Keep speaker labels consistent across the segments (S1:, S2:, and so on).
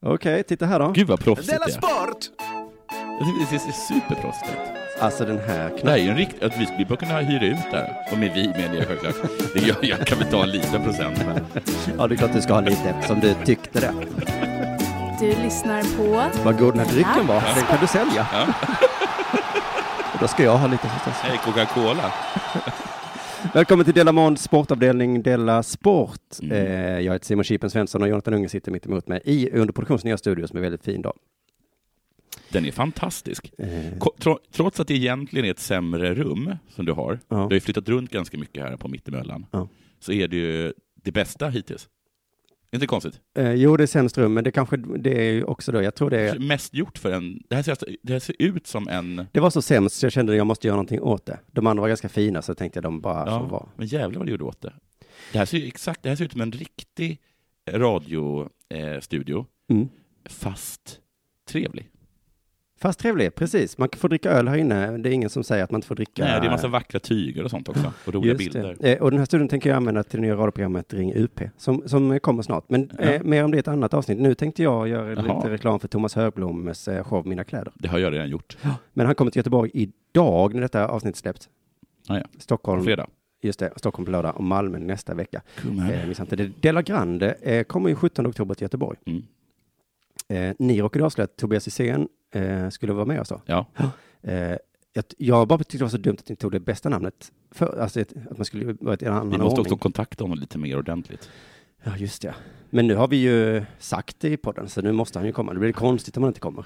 S1: Okej, titta här då.
S2: Gud vad proffsigt
S3: Della
S2: det är.
S3: Sport!
S2: Jag tycker Det ser superproffsigt ut.
S1: Alltså den här
S2: Det
S1: knappen.
S2: här är ju en riktig... Att vi, vi bör kunna hyra ut det här. Och med vi menar jag självklart. Det- Jag, jag kan väl ta en liten procent, men...
S1: Ja, det är klart du ska ha lite eftersom du tyckte det.
S4: Du lyssnar på
S1: Vad god den här drycken var. Den kan du sälja. Då ska jag ha lite förstås.
S2: Hej, Coca-Cola.
S1: Välkommen till Della Månds sportavdelning Della Sport.
S2: Mm.
S1: Eh, jag heter Simon Chipen Svensson och Jonathan Unge sitter mitt emot mig i Underproduktions nya studio som är väldigt fin då.
S2: Den är fantastisk.
S1: Eh,
S2: Ko- tro- Trots att det egentligen är ett sämre rum som du har,
S1: Ja.
S2: du har ju flyttat runt ganska mycket här på mittemellan,
S1: Ja.
S2: så är det ju det bästa hittills. Inte konstigt.
S1: eh, jo, det är sämst rum, men det kanske det är ju också då. Jag tror det är...
S2: Mest gjort för en... Det här, ser, alltså- det här ser ut som en...
S1: Det var så sämst så jag kände att jag måste göra någonting åt det. De andra var ganska fina så tänkte jag de bara får vara.
S2: Ja, men jävlar vad du gjorde åt det. Det här ser ju exakt, det här ser ut som en riktig radiostudio, eh, studio,
S1: Mm.
S2: fast trevlig.
S1: Fast trevlig, precis. Man får dricka öl här inne. Det är ingen som säger att man inte får dricka.
S2: Nej, det är en massa vackra tyger och sånt också, och roliga
S1: Just
S2: bilder.
S1: det. Eh, Och den här studion tänker jag använda till det nya radioprogrammet Ring UP, som, som eh, kommer snart. Men eh, mer om det i ett annat avsnitt. Nu tänkte jag göra
S2: Jaha.
S1: lite reklam för Thomas Högbloms eh, show Mina kläder.
S2: Det har jag redan gjort.
S1: Men han kommer till Göteborg idag när detta avsnitt släpps.
S2: Ah, ja.
S1: Stockholm,
S2: Fredag.
S1: just det, Stockholm på lördag och Malmö nästa vecka.
S2: Kom
S1: Eh, missa inte det. Della Grande eh, kommer ju 17 oktober till Göteborg.
S2: Mm.
S1: Eh, ni råkade avslöja att Tobias Hysén eh, skulle vara med oss då.
S2: Ja.
S1: Eh, jag, jag bara tyckte det var så dumt att ni tog det bästa namnet. För, alltså, ett, att man skulle vara i en annan
S2: Vi måste
S1: ordning.
S2: också kontakta honom lite mer ordentligt.
S1: Ja, just det. Men nu har vi ju sagt det i podden, så nu måste han ju komma. Det blir konstigt om han inte kommer.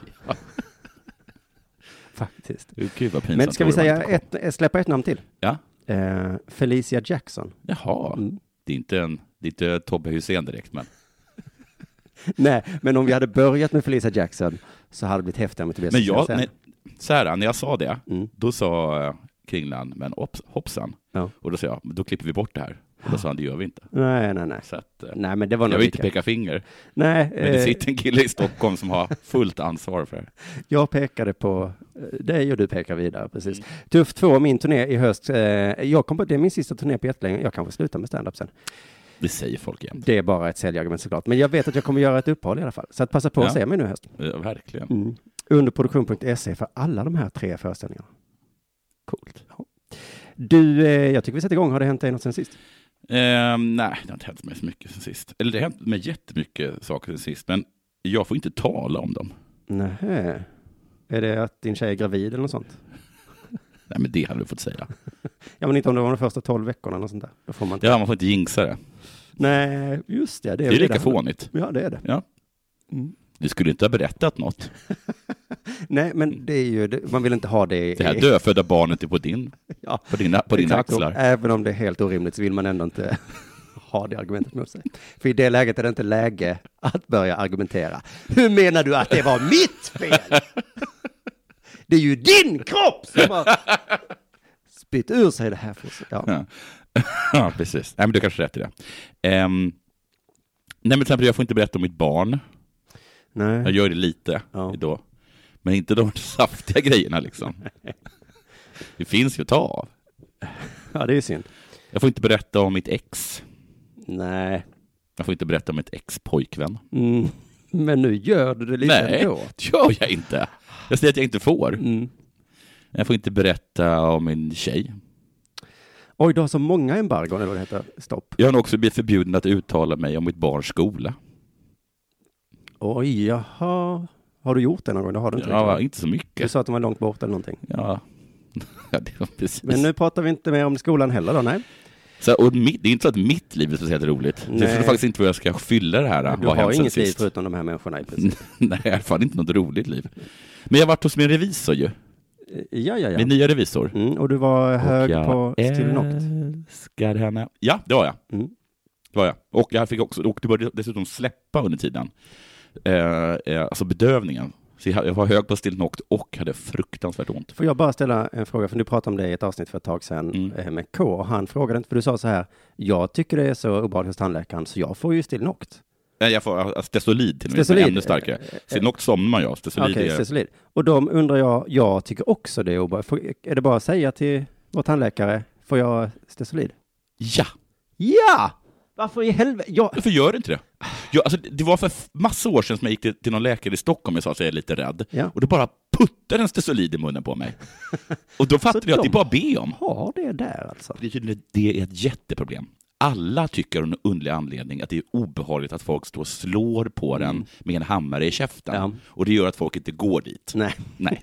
S1: Faktiskt.
S2: Gud vad pinsamt.
S1: Men ska vi
S2: det var
S1: säga
S2: inte kom.
S1: ett, eh, släppa ett namn till?
S2: Ja.
S1: Eh, Felicia Jackson.
S2: Jaha.
S1: Mm.
S2: Det är inte, en, det är inte Tobbe Hussein direkt, men
S1: Nej, men om vi hade börjat med Felicia Jackson så hade det blivit häftigare med Tobias
S2: Men jag,
S1: Hysén.
S2: nej, så här, när jag sa det,
S1: Mm.
S2: då sa eh, Kringlan, men hopps, hoppsan.
S1: Ja.
S2: Och då sa jag, men då klipper vi bort det här. Och då sa han, det gör vi inte.
S1: nej, nej, nej.
S2: Så att, eh,
S1: Nej, men det var
S2: jag
S1: nog
S2: vill inte
S1: lika.
S2: peka finger,
S1: Nej,
S2: men det
S1: eh,
S2: sitter en kille i Stockholm som har fullt ansvar för det.
S1: jag pekade på eh, dig och du pekar vidare, precis.
S2: Mm.
S1: Tuff 2, min turné i höst. Eh, jag kom på, det är min sista turné på jättelänge. Jag kanske slutar med stand-up sen.
S2: Det säger folk jämt.
S1: Det är bara ett säljargument såklart. Men jag vet att jag kommer göra ett uppehåll i alla fall. Så att passa på att
S2: Ja.
S1: se mig nu i höst.
S2: Eh, Verkligen.
S1: Under produktion.se E för alla de här tre föreställningarna.
S2: Coolt.
S1: Du, eh, jag tycker vi sätter igång. Har det hänt dig något sen sist?
S2: Ehm, nej, det har inte hänt mig så mycket sen sist. Eller det har hänt mig jättemycket saker sen sist, men jag får inte tala om dem.
S1: Nähä. Är det att din tjej är gravid eller något sånt?
S2: Nej, men det hade du fått säga.
S1: Ja, men inte om det var de första tolv veckorna eller något sånt där. Då får man inte.
S2: Ja, man får inte jinxa det.
S1: Nej, just det. Det
S2: Det
S1: är,
S2: är ju
S1: väl
S2: lika
S1: därför-
S2: fånigt.
S1: Ja, det är det.
S2: Ja.
S1: Mm.
S2: Du skulle inte ha berättat något.
S1: Nej, men det är ju, det- man vill inte ha det i...
S2: Mm. Det här dödfödda barnet är på, din,
S1: Ja.
S2: på dina, på dina
S1: Exakt, och
S2: axlar.
S1: Även om det är helt orimligt så vill man ändå inte ha det argumentet mot sig. För i det läget är det inte läge att börja argumentera. Hur menar du att det var mitt fel? Det är ju din kropp som har spytt ur sig det här. fosset. Ja.
S2: Ja. ja, precis. Nej, men du har kanske rätt i det. Ehm, nej, men till exempel, jag får inte berätta om mitt barn. Jag
S1: Nej.
S2: gör det lite
S1: Ja.
S2: då. Men inte de saftiga grejerna liksom. Det finns ju att ta av.
S1: ja, det är synd.
S2: Jag får inte berätta om mitt ex.
S1: Nej,
S2: Jag får inte berätta om mitt ex-pojkvän.
S1: mm. men nu gör du det lite
S2: Nej.
S1: ändå.
S2: Det gör jag inte. Jag säger att jag inte får.
S1: Mm.
S2: Jag får inte berätta om min tjej.
S1: Oj, du har så många embargon, eller vad det heter. Stopp.
S2: Jag har nog också blivit förbjuden att uttala mig om mitt barns skola.
S1: Oj, jaha. Har du gjort det någon gång? Det har du inte.
S2: Ja,
S1: riktigt.
S2: inte så
S1: du
S2: mycket.
S1: sa att den var långt borta eller någonting.
S2: Ja, ja det var precis.
S1: Men nu pratar vi inte mer om skolan heller då, nej?
S2: Så, och mitt, det är inte så att mitt liv är speciellt roligt. Så Jag
S1: Nej.
S2: förstår faktiskt inte vad jag ska fylla det här.
S1: Du
S2: vad
S1: har
S2: hänt sen
S1: inget liv
S2: sist?
S1: förutom de här människorna i princip.
S2: Nej, i alla fall inte något roligt liv. Men jag har varit hos min revisor ju,
S1: Ja, ja, ja.
S2: min nya revisor.
S1: Mm, och du var hög
S2: jag
S1: på Stilnoct.
S2: älskar henne. Ja, det var jag.
S1: Mm.
S2: Det var jag. Och jag fick också, och det började dessutom släppa under tiden. Eh, eh, alltså bedövningen. Så jag, jag var hög på Stilnoct och hade fruktansvärt ont.
S1: Får jag bara ställa en fråga, för du pratade om det i ett avsnitt för ett tag sedan
S2: Mm.
S1: eh, med K. Och han frågade inte, för du sa så här, jag tycker det är så obehagligt hos tandläkaren, så jag får ju Stilnoct.
S2: Nej, jag får alltså, Stesolid till och med, som är
S1: Stesolid.
S2: ännu starkare.
S1: Eh,
S2: Stilnoct somnar jag av, Stesolid
S1: Okej,
S2: är...
S1: Stesolid. Och de undrar jag, jag tycker också det är obehagligt. Får- Är det bara att säga till vår tandläkare, får jag Stesolid?
S2: Ja,
S1: Ja! Varför i helvete? Jag,
S2: varför gör du inte det? Ja, alltså, det var för f- massa år sedan som jag gick till, till någon läkare i Stockholm och sa att jag är lite rädd.
S1: Ja.
S2: Och då bara puttades det solid i munnen på mig. Och då fattade
S1: Så
S2: jag att det
S1: de-
S2: är bara att be om.
S1: Har det där alltså?
S2: Det är tydligen det är ett jätteproblem. Alla tycker av en underlig anledning att det är obehagligt att folk står och slår på den med en hammare i käften.
S1: Mm. Ja.
S2: Och det gör att folk inte går dit.
S1: Nej.
S2: Nej.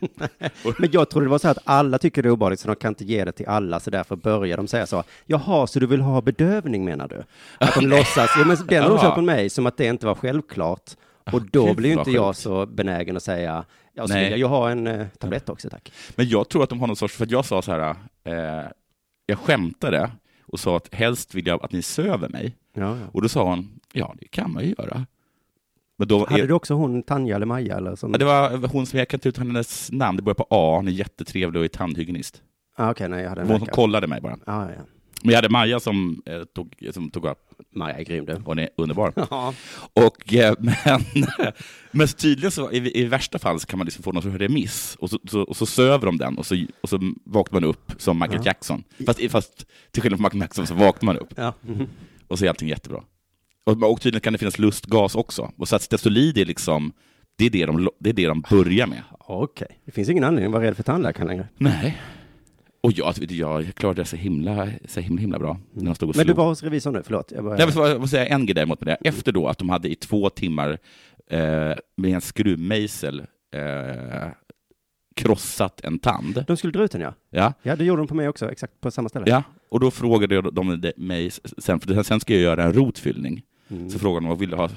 S1: Men jag trodde det var så här att alla tycker det är obehagligt så de kan inte ge det till alla så därför börjar de säga så. Jaha, så du vill ha bedövning menar du? Att de låtsas, ja, men den har de
S2: Jaha.
S1: köpt på mig som att det inte var självklart. Och då
S2: gud,
S1: blir ju
S2: vad
S1: inte jag
S2: sjukt.
S1: så benägen att säga, ja, så
S2: Nej.
S1: vill jag ju ha en eh, tablett också tack.
S2: Men jag tror att de har någon sorts, för att jag sa så här, eh, jag skämtade och sa att helst vill jag att ni söver mig.
S1: Ja, ja.
S2: Och då sa hon, ja det kan man ju göra. Men då,
S1: Hade du också hon Tanja eller Maja eller som?
S2: Ja, det var hon som, jag kan inte ut hennes namn, det börjar på A, hon är jättetrevlig och är tandhygienist.
S1: Ah, Okej, nej jag hade en
S2: Hon som
S1: läkare.
S2: kollade mig bara.
S1: Ja, ja.
S2: Men jag hade Maja som, eh, tog, som tog upp,
S1: Maja är grym du.
S2: hon är underbar.
S1: Ja.
S2: Och, eh, men, men tydligen så i, i värsta fall så kan man liksom få någon sorts remiss och så, så, och så söver de den och så, och så vaknar man upp som Michael
S1: Ja.
S2: Jackson. Fast, fast till skillnad från Michael Jackson så vaknar man upp
S1: Ja. Mhm.
S2: och så är allting jättebra. Och, och tydligen kan det finnas lustgas också. Och så att Stesolid är liksom, det är det de, lo- det är det de börjar med.
S1: Okej, det finns ingen anledning att vara rädd för tandläkaren längre.
S2: Nej. Och jag, jag klarade det så himla, så himla, himla bra. När de stod och
S1: Men du
S2: slog.
S1: var hos revisorn nu, förlåt. Jag bara...
S2: Nej, men så, jag måste säga en grej däremot med det. Efter då att de hade i två timmar eh, med en skruvmejsel eh, krossat en tand.
S1: De skulle dra ut den ja.
S2: Ja.
S1: Ja, det gjorde de på mig också, exakt på samma ställe.
S2: ja. Och då frågade jag de mig sen, för sen ska jag göra en rotfyllning.
S1: Mm.
S2: Så frågade de vad vill du ha?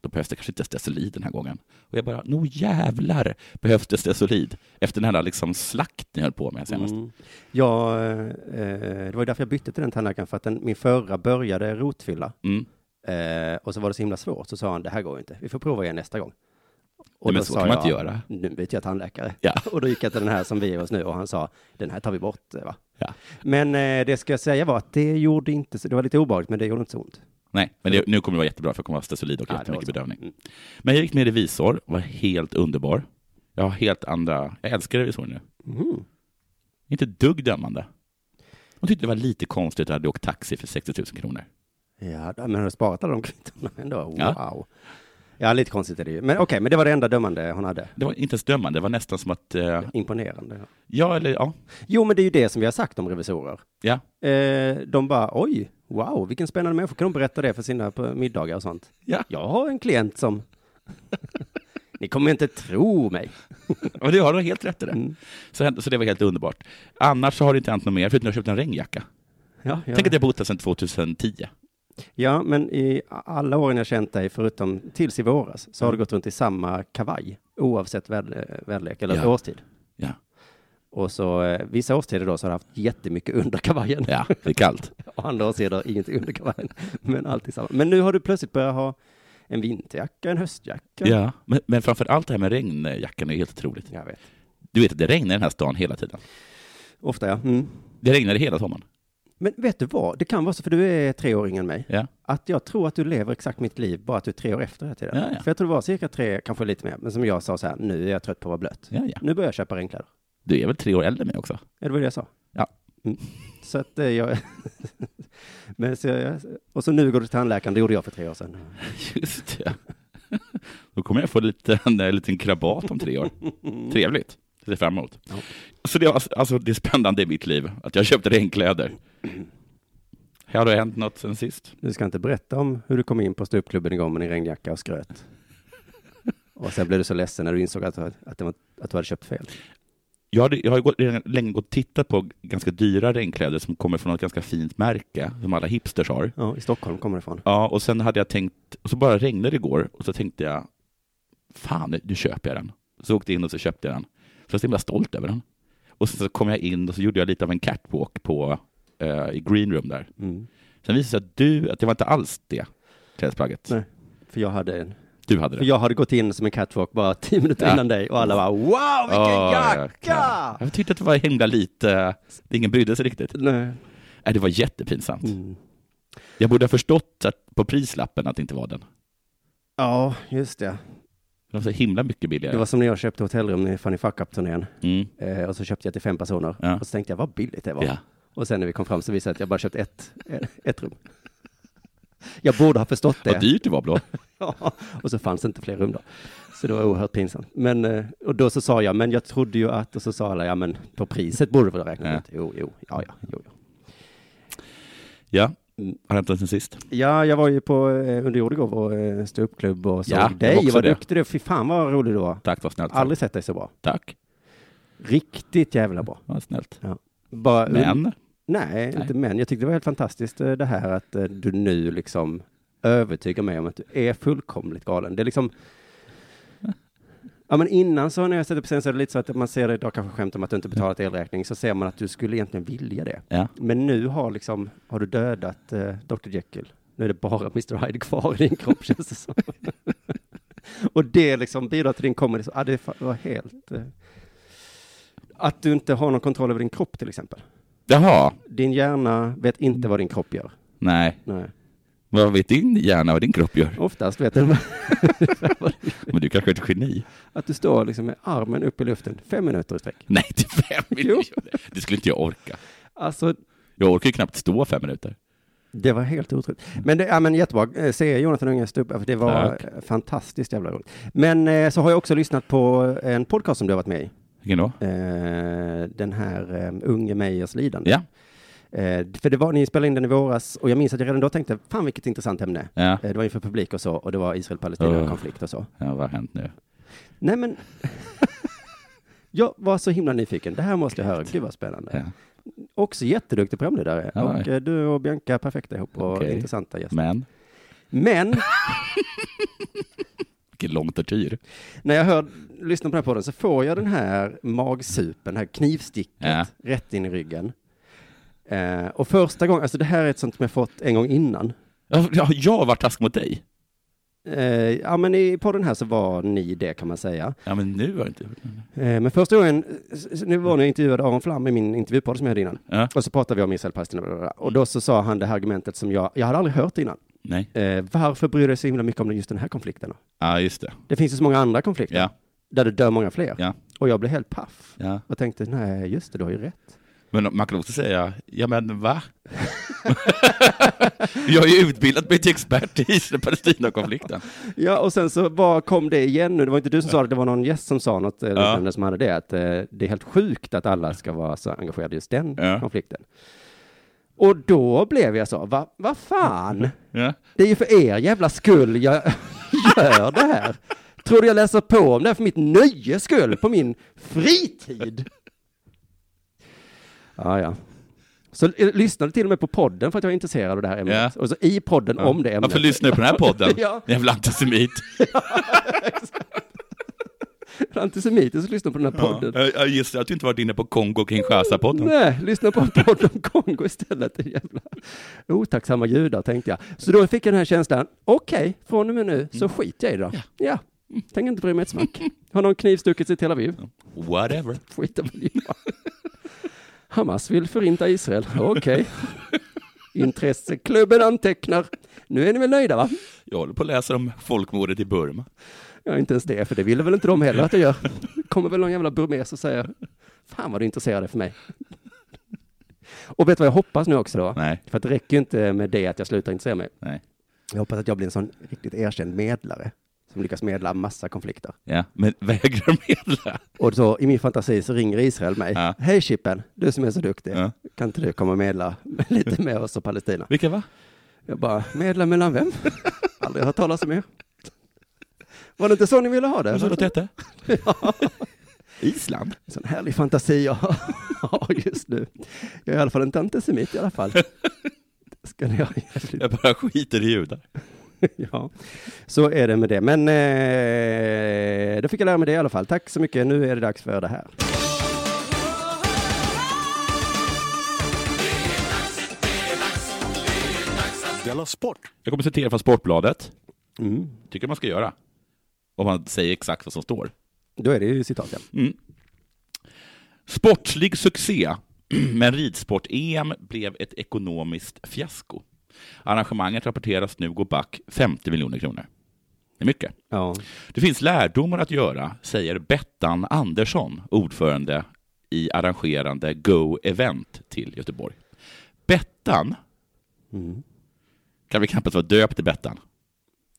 S2: Då behövs det kanske inte stesolid den här gången. Och jag bara, no jävlar behövs det stesolid. Efter den här liksom slakt ni höll på med senast.
S1: Mm. Ja, eh, det var ju därför jag bytte till den tandläkaren, för att den, min förra började rotfylla.
S2: Mm.
S1: Eh, och så var det så himla svårt, så sa han, det här går ju inte, vi får prova igen nästa gång.
S2: Nej, men
S1: då
S2: så
S1: sa
S2: kan man
S1: jag,
S2: inte göra.
S1: Nu byter jag tandläkare.
S2: Ja.
S1: Och då gick jag till den här som vi är hos nu och han sa, den här tar vi bort. eh, Va?
S2: Ja.
S1: Men eh, det ska jag säga var att det gjorde inte, så- det var lite obehagligt, men det gjorde inte så ont.
S2: Nej, men det, nu kommer det vara jättebra för jag kommer att ha stesolid och
S1: Ja, det
S2: jättemycket
S1: var så.
S2: bedövning.
S1: Mm.
S2: Men jag gick med revisor, var helt underbar. Jag har helt andra, jag älskar revisorer nu.
S1: Mhm.
S2: Inte ett dugg dömande. Hon tyckte det var lite konstigt att jag hade åkt taxi för 60 000 kronor.
S1: Ja, men har du sparat alla de kvittona ändå? Wow.
S2: Ja.
S1: Ja. lite konstigt är det ju. Men okej, men det var det enda dömande hon hade.
S2: Det var inte ens dömande, det var nästan som att, eh,
S1: Imponerande. ja.
S2: ja eller ja,
S1: Jo, men det är ju det som vi har sagt om revisorer.
S2: ja.
S1: Eh, de bara, oj, wow, vilken spännande människa. Kan de berätta det för sina på middagar och sånt?
S2: Ja,
S1: Jag har en klient som... Ni kommer inte tro mig.
S2: men du har helt rätt i det.
S1: Mm.
S2: Så, så det var helt underbart. Annars så har det inte hänt något mer, förutom att jag köpte en regnjacka.
S1: Ja, ja.
S2: Tänk att jag bott här sedan 2010.
S1: ja, men i alla åren jag känt dig, förutom tills i våras, så
S2: Mm.
S1: har du gått runt i samma kavaj, oavsett väder, väderlek eller
S2: Ja.
S1: årstid.
S2: Ja,
S1: Och så eh, vissa årstider då så har du haft jättemycket under kavajen.
S2: ja det är kallt.
S1: Och andra årstider ingenting under kavajen. Men alltid samma. Men nu har du plötsligt börjat ha en vinterjacka, en höstjacka.
S2: Ja. Men, men framför allt det här med regnjackan är helt otroligt.
S1: Jag vet.
S2: Du vet att det regnar i den här stan hela tiden.
S1: Ofta ja. Mm.
S2: Det regnade hela sommaren.
S1: Men vet du vad? Det kan vara så, för du är tre år yngre än mig,
S2: Ja.
S1: att jag tror att du lever exakt mitt liv, bara att du är tre år efter hela tiden.
S2: Ja, ja.
S1: För jag tror det var cirka tre, kanske lite mer, men som jag sa så här, nu är jag trött på att vara blöt.
S2: Ja, ja.
S1: Nu börjar jag köpa regnkläder.
S2: Du är väl tre år äldre än mig också?
S1: Ja, det var det jag sa.
S2: Ja.
S1: Mm. Så att eh, jag... men så jag... Och så nu går du till tandläkaren, det gjorde jag för tre år sedan.
S2: Just det. Då kommer jag få en liten, en liten krabat om tre år. Trevligt. Det ser jag fram emot.
S1: Ja.
S2: Så det, är- alltså, det är spännande i mitt liv att jag köpte regnkläder. Har det hänt något sen sist?
S1: Du ska inte berätta om hur du kom in på ståuppklubben igår med din regnjacka och skröt. Och sen blev du så ledsen när du insåg att, att, det var, att du hade köpt fel.
S2: Jag, hade, jag har ju gått, redan länge gått och tittat på ganska dyra regnkläder som kommer från något ganska fint märke som alla hipsters har.
S1: Ja, i Stockholm kommer det ifrån.
S2: Ja, och sen hade jag tänkt, och så bara regnade det igår och så tänkte jag, fan nu köper jag den. Så åkte jag in och så köpte jag den. Så jag var så himla stolt över den. Och sen så kom jag in och så gjorde jag lite av en catwalk på, eh, i green room där.
S1: Mm.
S2: Sen visade det sig att du, att det var inte alls det klädesplagget.
S1: Nej. För jag hade en
S2: Du hade
S1: För
S2: det.
S1: jag hade gått in som en catwalk bara tio minuter
S2: Ja.
S1: innan dig och alla bara wow vilken
S2: Åh,
S1: jacka!
S2: jäklar. Jag tyckte att det var himla lite, det ingen brydde sig riktigt.
S1: Nej.
S2: Nej, det var jättepinsamt.
S1: Mm.
S2: Jag borde ha förstått att, på prislappen att det inte var den.
S1: Ja, just det.
S2: Det var så himla mycket billigare.
S1: Det var som när jag köpte hotellrum i Funny Fuck Up-turnén.
S2: Mm.
S1: Eh, och så köpte jag till fem personer.
S2: Ja.
S1: Och så tänkte jag vad billigt det var.
S2: Ja.
S1: Och sen när vi kom fram så visade det sig att jag bara köpt ett, ett rum. eh, Jag borde ha förstått det.
S2: Vad dyrt det var blå.
S1: Ja, och så fanns det inte fler rum då. Så det var oerhört pinsamt. Men, eh, och då så sa jag, men jag trodde ju att, och så sa alla, ja men på priset borde du väl räkna
S2: Ja.
S1: ut. Jo, jo, ja, ja, jo, jo.
S2: Ja,
S1: Mm.
S2: har hämtat sen sist.
S1: Ja, jag var ju på eh, Underjord igår, vår eh, ståuppklubb och såg
S2: Ja, jag var
S1: dig.
S2: också
S1: Vad
S2: det.
S1: duktig du är. Fy fan vad rolig du var.
S2: Tack, vad snällt.
S1: Aldrig sett dig så bra.
S2: Tack,
S1: Riktigt jävla bra.
S2: vad snällt.
S1: Bara,
S2: Men,
S1: Nej, inte men. Jag tyckte det var helt fantastiskt eh, det här att eh, du nu liksom övertygar mig om att du är fullkomligt galen. Det är liksom... Ja, men innan så när jag sett upp sen så är det lite så att man ser det, jag kanske skämt om att du inte betalat elräkning, så ser man att du skulle egentligen vilja det.
S2: ja.
S1: Men nu har liksom, har du dödat eh, Dr. Jekyll. Nu är det bara Mr. Hyde kvar i din kropp känns det som. Och det liksom bidrar till din comedy. Så, ah, det fa- var helt... Eh, att du inte har någon kontroll över din kropp till exempel.
S2: Jaha,
S1: Din hjärna vet inte vad din kropp gör.
S2: nej.
S1: Nej.
S2: Vad vet din hjärna vad din kropp gör?
S1: Oftast vet den
S2: Men du kanske är ett geni?
S1: att du står liksom med armen upp i luften fem minuter i sträck.
S2: Nej, till fem
S1: Jo.
S2: minuter. Det skulle inte jag orka.
S1: Alltså,
S2: Jag orkar ju knappt stå fem minuter.
S1: det var helt otroligt. Men, det, ja, men jättebra. Eh, Se Jonathan Unge stå upp, för det var
S2: Tack.
S1: eh, fantastiskt jävla roligt. Men eh, så har jag också lyssnat på en podcast som du har varit med i.
S2: Vilken då?
S1: Eh, den här eh, Unge Meyers lidande.
S2: Ja,
S1: Eh, för det var, ni spelade in den i våras och jag minns att jag redan då tänkte, fan vilket intressant ämne.
S2: ja.
S1: Eh, det var inför publik och så, och det var Israel-Palestina-konflikt och så.
S2: ja vad har hänt nu?
S1: Nej men, jag var så himla nyfiken. Det här måste jag höra. Gud vad spännande.
S2: Ja.
S1: Också jätteduktig programledare.
S2: Ja.
S1: Och eh, du och Bianca är perfekta ihop och
S2: Okej.
S1: intressanta gäster.
S2: Men,
S1: Men
S2: vilken lång tortyr.
S1: när jag hör, lyssnar på den här podden så får jag den här magsupen, det här knivsticket
S2: Ja.
S1: rätt in i ryggen. Eh, och första gången, alltså det här är ett sånt som jag fått en gång innan.
S2: Ja, Jag har jag varit taskig mot dig?
S1: Eh, ja men i podden här så var ni det kan man säga.
S2: Ja, men nu har jag inte gjort det.
S1: Eh, men första gången, s- s- nu var när jag intervjuade Aron Flam i min intervjupodd som jag hade innan.
S2: Ja.
S1: Och så pratade vi om Israel Palestina. bla, bla, bla. Och då så sa han det här argumentet som jag, jag hade aldrig hört innan.
S2: Nej.
S1: Eh, varför bryr du dig så himla mycket om just den här konflikten? då?
S2: Ja, just det.
S1: Det finns ju så många andra konflikter
S2: Ja,
S1: där det dör många fler.
S2: ja,
S1: Och jag blev helt paff
S2: ja.
S1: och tänkte, nej, just det, du har ju rätt.
S2: Men man kan också säga, ja men va? jag har ju utbildat mig till expert i Israel-Palestina-konflikten.
S1: Ja, och sen så bara kom det igen nu. Det var inte du som sa det, det var någon gäst som sa något, eh,
S2: Ja.
S1: liknande som hade det, att eh, det är helt sjukt att alla ska vara så engagerade i just den
S2: Ja.
S1: konflikten. Och då blev jag så, va, vad fan?
S2: Ja.
S1: Det är ju för er jävla skull jag gör det här. Tror du jag läser på om det här för mitt nöjes skull, på min fritid? Ja, ja. Så eh, lyssnade till och med på podden för att jag är intresserad av det här ämnet.
S2: Ja.
S1: Och så i podden om det ämnet.
S2: Varför lyssnar du på den här podden?
S1: Ja.
S2: Jävla antisemit.
S1: Antisemiter som lyssnar på den här podden.
S2: Ja. Jag gissar att du inte varit inne på Kongo Kinshasa-podden.
S1: Nej, lyssna på en podd om Kongo istället. det Jävla otacksamma judar, tänkte jag. Så då fick jag den här känslan, okej, från och med nu så skiter jag i det då. Ja, tänker inte bry mig ett smack. Har någon knivstuckit sig i Tel Aviv?
S2: Whatever.
S1: skiter väl i vad- Hamas vill förinta Israel. Okej. Intresseklubben antecknar. Nu är ni väl nöjda va?
S2: Jag håller på att läsa om folkmordet i Burma.
S1: Ja, inte ens det, för det ville väl inte de heller att jag gör. Kommer väl någon jävla burmes och säger, fan vad du är intresserad för mig. Och vet du vad jag hoppas nu också då?
S2: Nej,
S1: För att det räcker ju inte med det att jag slutar intressera mig.
S2: nej.
S1: Jag hoppas att jag blir en sån riktigt erkänd medlare som lyckas medla massa konflikter.
S2: Ja, men vägrar medla.
S1: Och så i min fantasi så ringer Israel mig.
S2: Ja.
S1: Hej Chippen, du som är så duktig.
S2: Ja.
S1: Kan inte du komma och medla lite med oss och Palestina?
S2: Vilka va?
S1: Jag bara, medla mellan vem? Aldrig hört talas om er. Var det inte så ni ville ha det?
S2: Vad sa du att det hette?
S1: Ja.
S2: Island?
S1: En sån härlig fantasi jag har just nu. Jag är i alla fall inte antisemit i alla fall. Det Ska ni ha jävligt.
S2: Jag bara skiter i judar.
S1: Ja, så är det med det. Men eh, då fick jag lära mig det i alla fall. Tack så mycket. Nu är det dags för det här.
S3: Della Sport!
S2: Jag kommer citera från Sportbladet.
S1: Mm.
S2: Tycker man ska göra. Om man säger exakt vad som står.
S1: Då är det ju citat, ja.
S2: Mm. Sportslig succé, men ridsport-EM blev ett ekonomiskt fiasko. Arrangemanget rapporteras nu gå back 50 miljoner kronor. Det är mycket.
S1: ja.
S2: Det finns lärdomar att göra, säger Bettan Andersson, ordförande i arrangerande
S1: Mm.
S2: Go Event till Göteborg. Bettan kan väl knappast vara döpt till Bettan?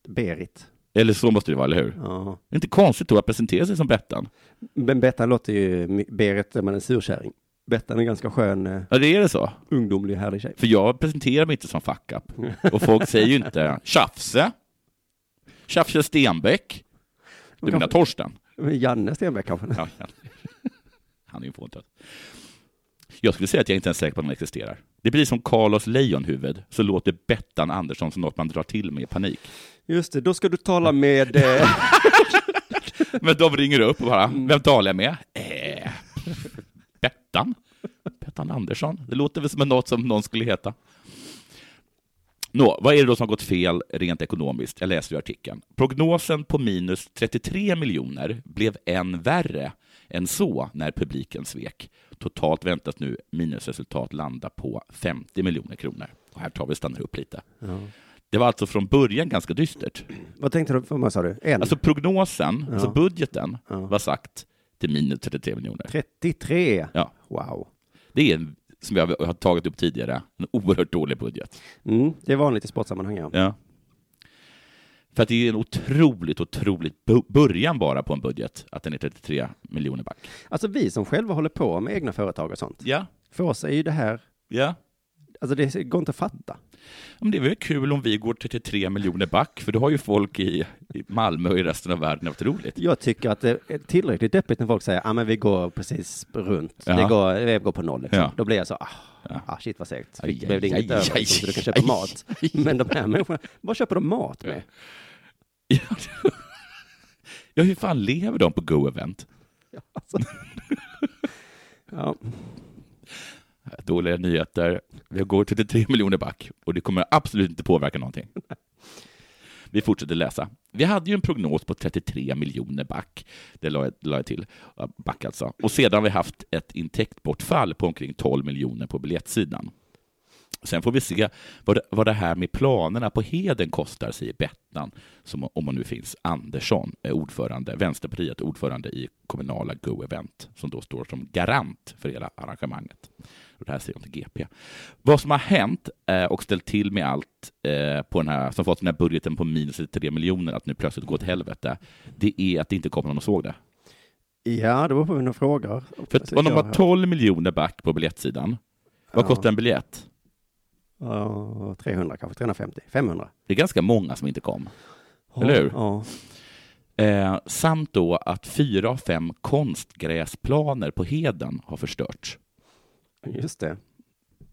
S1: Berit.
S2: Eller så måste det vara, eller hur?
S1: Ja.
S2: Det är inte konstigt då att presentera sig som Bettan.
S1: Men Bettan låter ju, Berit är man en surkärring. Bettan är en ganska skön, eh,
S2: Ja, det är det så.
S1: ungdomlig, härlig tjej.
S2: För jag presenterar mig inte som fuck up. Och folk säger ju inte tjafse, tjafse Stenbeck. Du menar Torsten?
S1: Janne Stenbeck kanske?
S2: Ja, han- han är ju fåntös. Jag skulle säga att jag inte ens är säker på att de existerar. Det blir som Carlos Lejonhuvud, så låter Bettan Andersson som något man drar till med i panik.
S1: Just det, då ska du tala med, eh,
S2: Men de ringer upp och bara, vem talar jag med? Eh, Bettan? Bettan Andersson? Det låter väl som något som någon skulle heta. Nå, vad är det då som har gått fel rent ekonomiskt? Jag läser i artikeln. Prognosen på minus 33 miljoner blev än värre än så när publiken svek. Totalt väntas nu minusresultat landa på 50 miljoner kronor. Och här tar vi och stannar upp lite. Det var alltså från början ganska dystert.
S1: vad tänkte du, vad sa du? En?
S2: Alltså prognosen, alltså budgeten, var sagt till minus 33 miljoner.
S1: 33?
S2: Ja.
S1: Wow.
S2: Det är, en, som jag har tagit upp tidigare, en oerhört dålig budget.
S1: Mm, det är vanligt i sportsammanhang, ja.
S2: Ja. För att det är en otroligt, otroligt bu- början bara på en budget, att den är 33 miljoner back.
S1: Alltså vi som själva håller på med egna företag och sånt.
S2: Ja,
S1: För oss är ju det här,
S2: ja.
S1: alltså det går inte att fatta.
S2: Men det är väl kul om vi går 33 miljoner back, för då har ju folk i, i Malmö och i resten av världen haft roligt.
S1: Jag tycker att det är tillräckligt deppigt när folk säger, ja ah, men vi går precis runt,
S2: Ja.
S1: det, går, det går på noll. Liksom.
S2: Ja.
S1: Då blir jag så, ah, ah shit vad segt,
S2: Aj,
S1: Fick- behövde
S2: aj,
S1: inget
S2: aj,
S1: över
S2: aj,
S1: så du kan
S2: aj,
S1: köpa
S2: aj,
S1: mat.
S2: aj.
S1: Men de här människorna, vad köper de mat med?
S2: Ja, hur fan lever de på Go-event?
S1: Alltså. Ja,
S2: Dåliga nyheter. Vi går 33 miljoner back och det kommer absolut inte påverka någonting. Vi fortsätter läsa. Vi hade ju en prognos på 33 miljoner back. Det la jag, la jag till. Ja, Back alltså. Och sedan har vi haft ett intäktbortfall på omkring 12 miljoner på biljettsidan. Sen får vi se vad det, vad det här med planerna på Heden kostar, säger Bettan, som om hon nu finns, Andersson, är ordförande, Vänsterpartiet, ordförande i kommunala Go-event, som då står som garant för hela arrangemanget. Och det här säger hon till GP. Vad som har hänt eh, och ställt till med allt eh, på den här, som fått den här budgeten på minus 3 miljoner att nu plötsligt gå åt helvete, det är att det inte kom någon och såg det.
S1: ja det beror på hur de frågar. Alltså,
S2: För att om de har 12 miljoner back på biljettsidan, vad kostar en biljett?
S1: Ja, 300 kanske, 350, 500.
S2: Det är ganska många som inte kom. Eller hur?
S1: Ja.
S2: Eh, samt då att fyra av fem konstgräsplaner på Heden har förstörts
S1: Just det.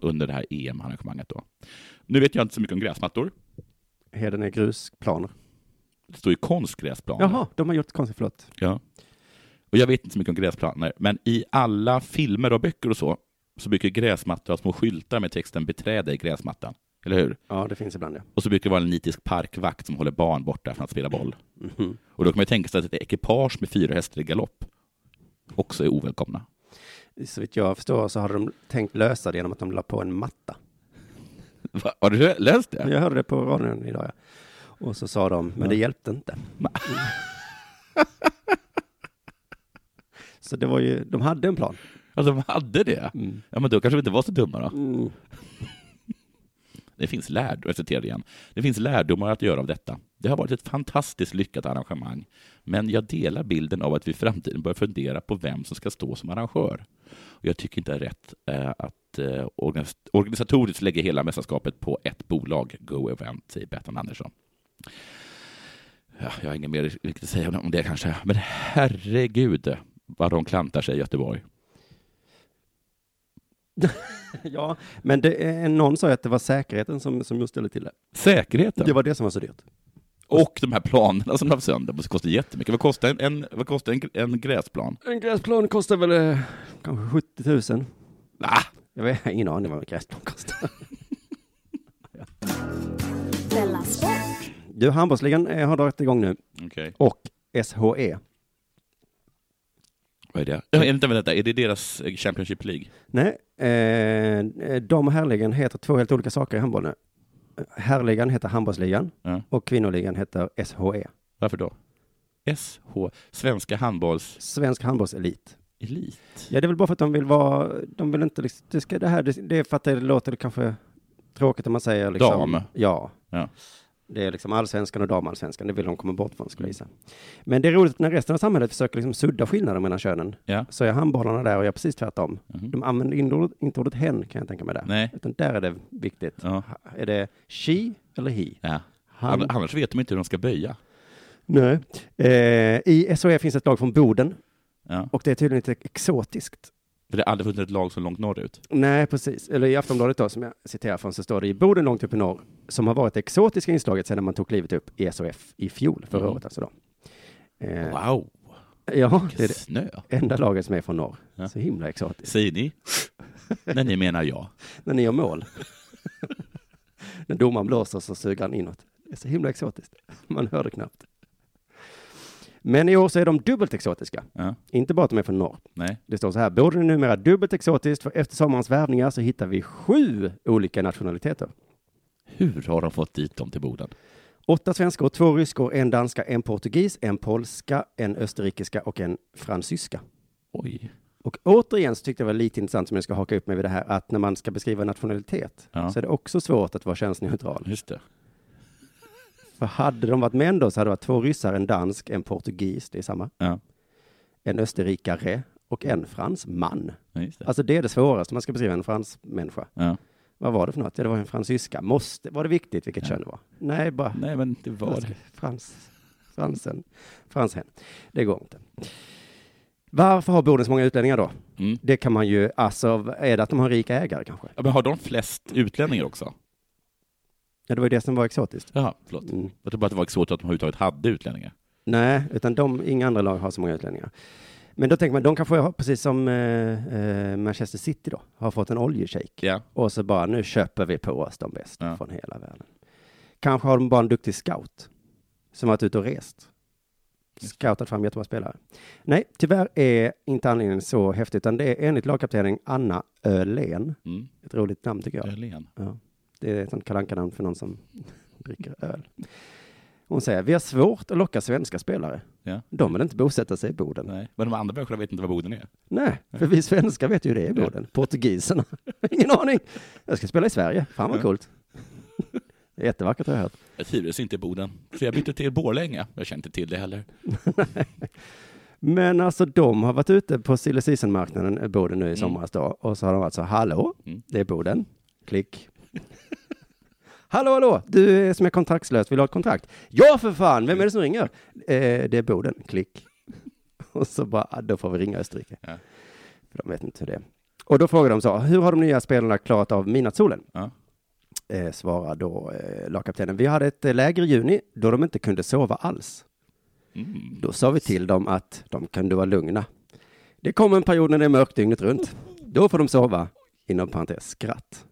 S2: under det här EM-arrangemanget. Då. Nu vet jag inte så mycket om gräsmattor.
S1: Heden är grusplaner.
S2: Det står ju konstgräsplaner.
S1: Jaha, de har gjort konstigt, förlåt.
S2: Ja. Och jag vet inte så mycket om gräsplaner, men i alla filmer och böcker och så, så brukar gräsmattor ha små skyltar med texten beträda i gräsmattan. Eller hur?
S1: Ja, det finns ibland ja.
S2: Och så brukar det vara en nitisk parkvakt som håller barn borta från att spela boll. Och då kan man ju tänka sig att ett ekipage med fyra hästar i galopp också är ovälkomna.
S1: Så vitt jag förstår så hade de tänkt lösa det genom att de la på en matta.
S2: Va? Har du läst det?
S1: Jag hörde det på radion idag. Ja. Och så sa de, men det hjälpte inte. Mm. så det var ju, de hade en plan.
S2: Alltså de hade det? Ja, men då kanske vi inte var så dumma då.
S1: Mm.
S2: Det finns lärdomar, jag citerar igen. Det finns lärdomar att göra av detta. Det har varit ett fantastiskt lyckat arrangemang, men jag delar bilden av att vi i framtiden bör fundera på vem som ska stå som arrangör. Och jag tycker inte det är rätt eh, att eh, organis- organisatoriskt lägga hela mästerskapet på ett bolag, Go Event, säger Bettan Andersson. Ja, jag har inget mer riktigt att säga om det kanske, men herregud vad de klantar sig i Göteborg.
S1: ja, men det, eh, någon sa ju att det var säkerheten som, som just ställde till det.
S2: Säkerheten.
S1: Det var det som var så dyrt.
S2: Och de här planerna som de har sönder måste kosta jättemycket. Vad kostar en, en, vad kostar en, en gräsplan?
S1: En gräsplan kostar väl eh, kanske 70 000.
S2: Ah,
S1: Jag vet, ingen aning vad en gräsplan kostar.
S4: Della Sport.
S1: Du, handbollsligan eh, har dragit igång nu.
S2: Okej.
S1: Och E. SHE.
S2: Vad är det? Ja, vänta, vänta, är det deras eh, Championship League?
S1: Nej, eh, de och herrligan heter två helt olika saker i handboll nu. Eh, Herrligan heter handbollsligan
S2: Ja.
S1: och kvinnoligan heter E. SHE.
S2: Varför då? SH, Svenska Handbolls
S1: Svensk handbollselit.
S2: Elit.
S1: Ja, det är väl bara för att de vill vara, de vill inte liksom, det, ska, det här, det, det är för att det låter kanske tråkigt när man säger liksom,
S2: Dam.
S1: Ja.
S2: Ja.
S1: Det är liksom allsvenskan och damallsvenskan, det vill de komma bort från skulle jag gissa. Men det är roligt att när resten av samhället försöker liksom sudda skillnaden mellan könen,
S2: Ja.
S1: så är handbollarna där och gör precis tvärtom.
S2: Mhm.
S1: De använder inte ordet, inte ordet hen kan jag tänka mig där.
S2: Nej.
S1: Utan där är det viktigt.
S2: Ja.
S1: Ha- Är det she eller he?
S2: Ja.
S1: Han.
S2: Ann- Annars vet de inte hur de ska böja.
S1: Nej. Eh, I SHE finns ett lag från Boden
S2: Ja.
S1: och det är tydligen lite exotiskt.
S2: För det har aldrig funnits ett lag så långt norrut.
S1: Nej, precis. Eller i Aftonbladet då, som jag citerar från, så står det i Boden långt upp i norr, som har varit det exotiska inslaget sedan man tog livet upp i SOF i fjol, förra
S2: Mm.
S1: året alltså då. Eh,
S2: Wow,
S1: Ja, det är
S2: vilken
S1: det
S2: snö.
S1: enda laget som är från norr.
S2: Ja.
S1: Så himla exotiskt.
S2: Säger ni? När ni menar ja.
S1: När ni gör mål. När domaren blåser så suger han inåt. Det är så himla exotiskt. Man hör det knappt. Men i år så är de dubbelt exotiska.
S2: ja.
S1: Inte bara att de är från norr.
S2: Nej.
S1: Det står så här, Boden är numera dubbelt exotiskt, för efter sommarens värvningar så hittar vi sju olika nationaliteter.
S2: Hur har de fått dit dem till Boden?
S1: Åtta svenskor, två ryskor, en danska, en portugis, en polska, en österrikiska och en fransyska.
S2: Oj.
S1: Och återigen så tyckte jag det var lite intressant som jag ska haka upp mig vid det här att när man ska beskriva nationalitet
S2: Ja.
S1: så är det också svårt att vara könsneutral.
S2: Just det.
S1: För hade de varit män då så hade det varit två ryssar, en dansk, en portugis, det är samma,
S2: Ja.
S1: en österrikare och en fransman.
S2: Ja, just det.
S1: Alltså det är det svåraste man ska beskriva en fransmänniska.
S2: ja.
S1: Vad var det för något? Ja, det var en fransyska. Måste, var det viktigt vilket
S2: Ja.
S1: kön det var? Nej, bara
S2: Nej, men det var
S1: Alltså,
S2: det.
S1: Frans, fransen, fransen. Det går inte. Varför har Boden så många utlänningar då?
S2: Mm.
S1: Det kan man ju, alltså, är det att de har en rik ägare kanske?
S2: Ja, men har de flest utlänningar också?
S1: Ja, det var ju det som var exotiskt.
S2: Jaha, förlåt.
S1: Mm.
S2: Jag tror bara att det var exotiskt att de överhuvudtaget hade utlänningar.
S1: Nej, utan de, inga andra lag har så många utlänningar. Men då tänker man, de kanske har, precis som eh, eh, Manchester City då, har fått en oljeshejk.
S2: Ja.
S1: Och så bara, nu köper vi på oss de bästa
S2: Ja.
S1: från hela världen. Kanske har de bara en duktig scout som varit ute och rest. Scoutat fram jättebra spelare. Nej, tyvärr är inte anledningen så häftig, utan det är enligt lagkaptenen Anna Ölen.
S2: Mm.
S1: Ett roligt namn tycker jag.
S2: Öhlén.
S1: Ja. Det är ett sånt Kalle namn för någon som dricker öl. Hon säger, vi har svårt att locka svenska spelare.
S2: Ja.
S1: De vill inte bosätta sig i Boden. Nej,
S2: Nej. Men de andra människorna vet inte vad Boden är.
S1: för vi svenskar vet ju det i Boden. Portugiserna, ingen aning. Jag ska spela i Sverige, fan vad
S2: Ja.
S1: coolt. Det är jättevackert har jag hört.
S2: Jag trivdes inte i Boden, så jag bytte till Borlänge. Jag kände inte till det heller.
S1: Men alltså de har varit ute på silly season-marknaden, eh, Boden nu i somras då, och så har de varit så, hallå,
S2: Mm.
S1: det är Boden, klick. hallå, hallå, du är som är kontraktslös, vill du ha ett kontrakt? Ja för fan, vem är det som ringer? Eh, det är Boden, klick. och så bara, "Ah, då får vi ringa Österrike.
S2: Ja.
S1: För de vet inte hur det är. Och då frågar de så, hur har de nya spelarna klarat av midnattssolen?
S2: Ja.
S1: Eh, svarar då eh, lagkaptenen, vi hade ett eh, läger i juni då de inte kunde sova alls.
S2: Mm.
S1: Då sa vi till dem att de kunde vara lugna. Det kommer en period när det är mörkt dygnet runt. Då får de sova. Inom parentes skratt.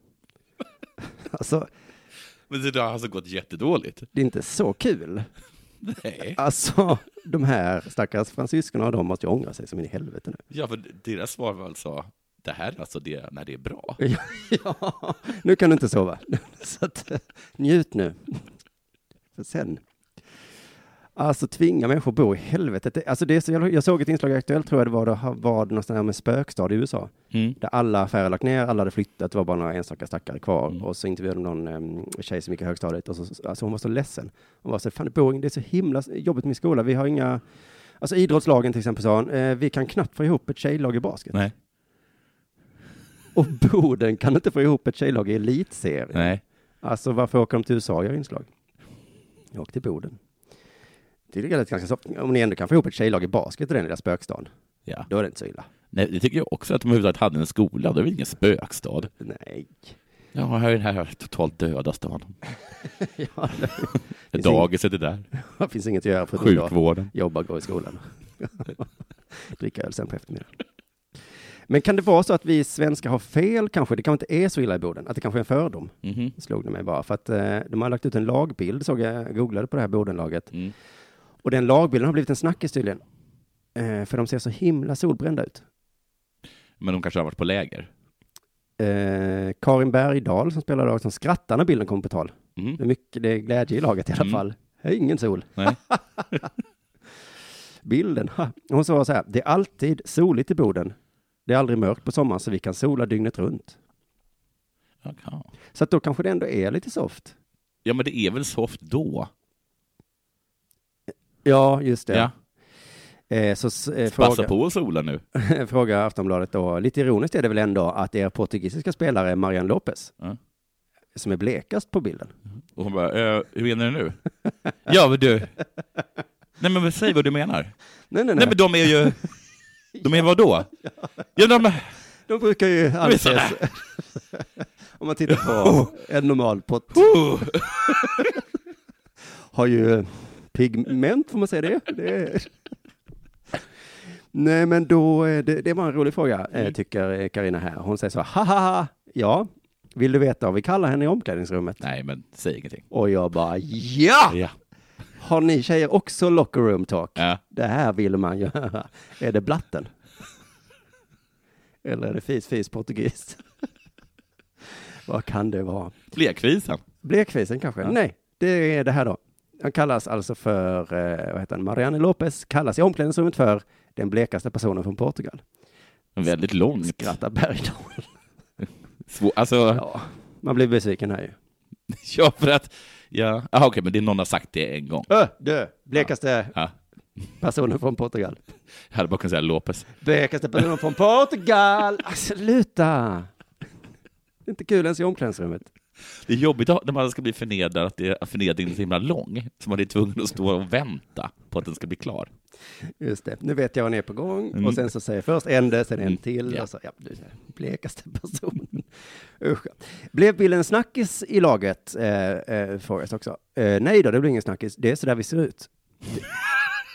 S1: Alltså,
S2: Men det har alltså gått jättedåligt.
S1: det är inte så kul.
S2: Nej.
S1: Alltså, de här stackars fransyskorna och de måste ju ångra sig som in i helvete nu.
S2: Ja, för deras svar var alltså, det här är alltså det när det är bra.
S1: Ja, nu kan du inte sova. Så att, eh, njut nu. För sen. Alltså tvinga människor att bo i helvetet. Det- Alltså det är så, jävla- jag såg ett inslag i Aktuellt tror jag det var, då var det någonstans här med spökstad i USA.
S2: Mm.
S1: där alla affärer lagt ner, alla hade flyttat, det var bara några enstaka stackare kvar. Och så intervjuade de någon um, tjej som gick i högstadiet och så, alltså hon var så ledsen. Hon var så, fan Boeing, det är så himla jobbigt med skola, vi har inga, alltså idrottslagen till exempel sa hon, eh, vi kan knappt få ihop ett tjejlag i basket.
S2: Nej.
S1: Och Boden kan inte få ihop ett tjejlag i elitserien.
S2: Nej.
S1: Alltså varför åker de till USA och gör inslag? Jag åkte till Boden. Det är ganska så, om ni ändå kan få ihop ett tjejlag i basket i den lilla spökstaden,
S2: Ja.
S1: då är det inte så illa.
S2: Nej, det tycker jag också att de överhuvudtaget hade en skola. Det var ingen spökstad.
S1: Nej.
S2: Ja, här är den här totalt döda stan.
S1: Ja, det finns
S2: Dagiset är där.
S1: Det finns inget att göra förutom att
S2: Sjukvården.
S1: jobba, gå i skolan. Dricka öl sen på eftermiddagen. Men kan det vara så att vi svenskar har fel kanske? Det kanske inte är så illa i Boden, att det kanske är en fördom?
S2: Mhm.
S1: Slog det mig bara, för att eh, de har lagt ut en lagbild, såg jag, jag googlade på det här Bodenlaget.
S2: Mm.
S1: Och den lagbilden har blivit en snackis tydligen. Eh, för de ser så himla solbrända ut.
S2: Men de kanske har varit på läger.
S1: Eh, Karin Bergdahl som spelar i laget som skrattar när bilden kommer på tal.
S2: Mhm.
S1: Det är mycket, det är glädje i laget i alla
S2: Mm.
S1: fall. Det är ingen sol.
S2: Nej.
S1: Bilden, ha. Hon sa så här, det är alltid soligt i Boden. Det är aldrig mörkt på sommaren så vi kan sola dygnet runt.
S2: Jaha.
S1: Så att då kanske det ändå är lite soft.
S2: Ja, men det är väl soft då?
S1: Ja, just det.
S2: Ja.
S1: Eh, så s- eh,
S2: Passa
S1: fråga,
S2: på och sola nu.
S1: fråga Aftonbladet då. Lite ironiskt är det väl ändå att er portugisiska spelare Marianne Lopez,
S2: Ja.
S1: som är blekast på bilden.
S2: Och hon bara, eh, hur menar du nu? ja, men du. Nej, men säg vad du menar. Nej,
S1: Nej, nej, nej.
S2: men de är ju... De är vad då? Ja, de...
S1: De brukar ju anses,
S2: sådär.
S1: om man tittar på en normal pott,
S2: Oh,
S1: har ju pigment, får man säga det? det är... Nej, men då, eh, det, det var en rolig fråga, eh,
S2: Mm.
S1: tycker eh, Karina här. Hon säger så här, haha, ja, vill du veta vad vi kallar henne i omklädningsrummet?
S2: Nej, men säg ingenting.
S1: Och jag bara, ja!
S2: Ja.
S1: Har ni tjejer också locker room talk?
S2: Ja.
S1: Det här vill man göra. Är det blatten? Eller är det fis, fis portugis? Vad kan det vara?
S2: Blekvisen.
S1: Blekfisen kanske? Nej, det är det här då. Han kallas alltså för, eh, vad heter han, Marianne Lopez kallas i omklädningsrummet för den blekaste personen från Portugal.
S2: Men Väldigt långt.
S1: Skrattar Bergdahl.
S2: Svår, alltså, ja.
S1: Ja, man blir besviken här ju.
S2: för att... Ja, Aha, okej, men det är någon har sagt det en gång.
S1: Ö, du, blekaste
S2: Ja.
S1: personen från Portugal.
S2: Jag hade bara kunnat säga Lopez.
S1: Blekaste personen från Portugal. Ah, Sluta! Det är inte kul ens i omklädningsrummet.
S2: Det är jobbigt att- när man ska bli förnedrad, att, det, att förnedringen är så himla lång, så man är tvungen att stå och vänta på att den ska bli klar.
S1: Just det, nu vet jag vad ni är på gång. Och sen så säger jag först en det, sen en till.
S2: Mm. Ja.
S1: Och så, ja, du är blekaste personen. Usch. Blev bilden snackis i laget? Eh, eh, frågas också. Eh, nej då, det blev ingen snackis. Det är så där vi ser ut.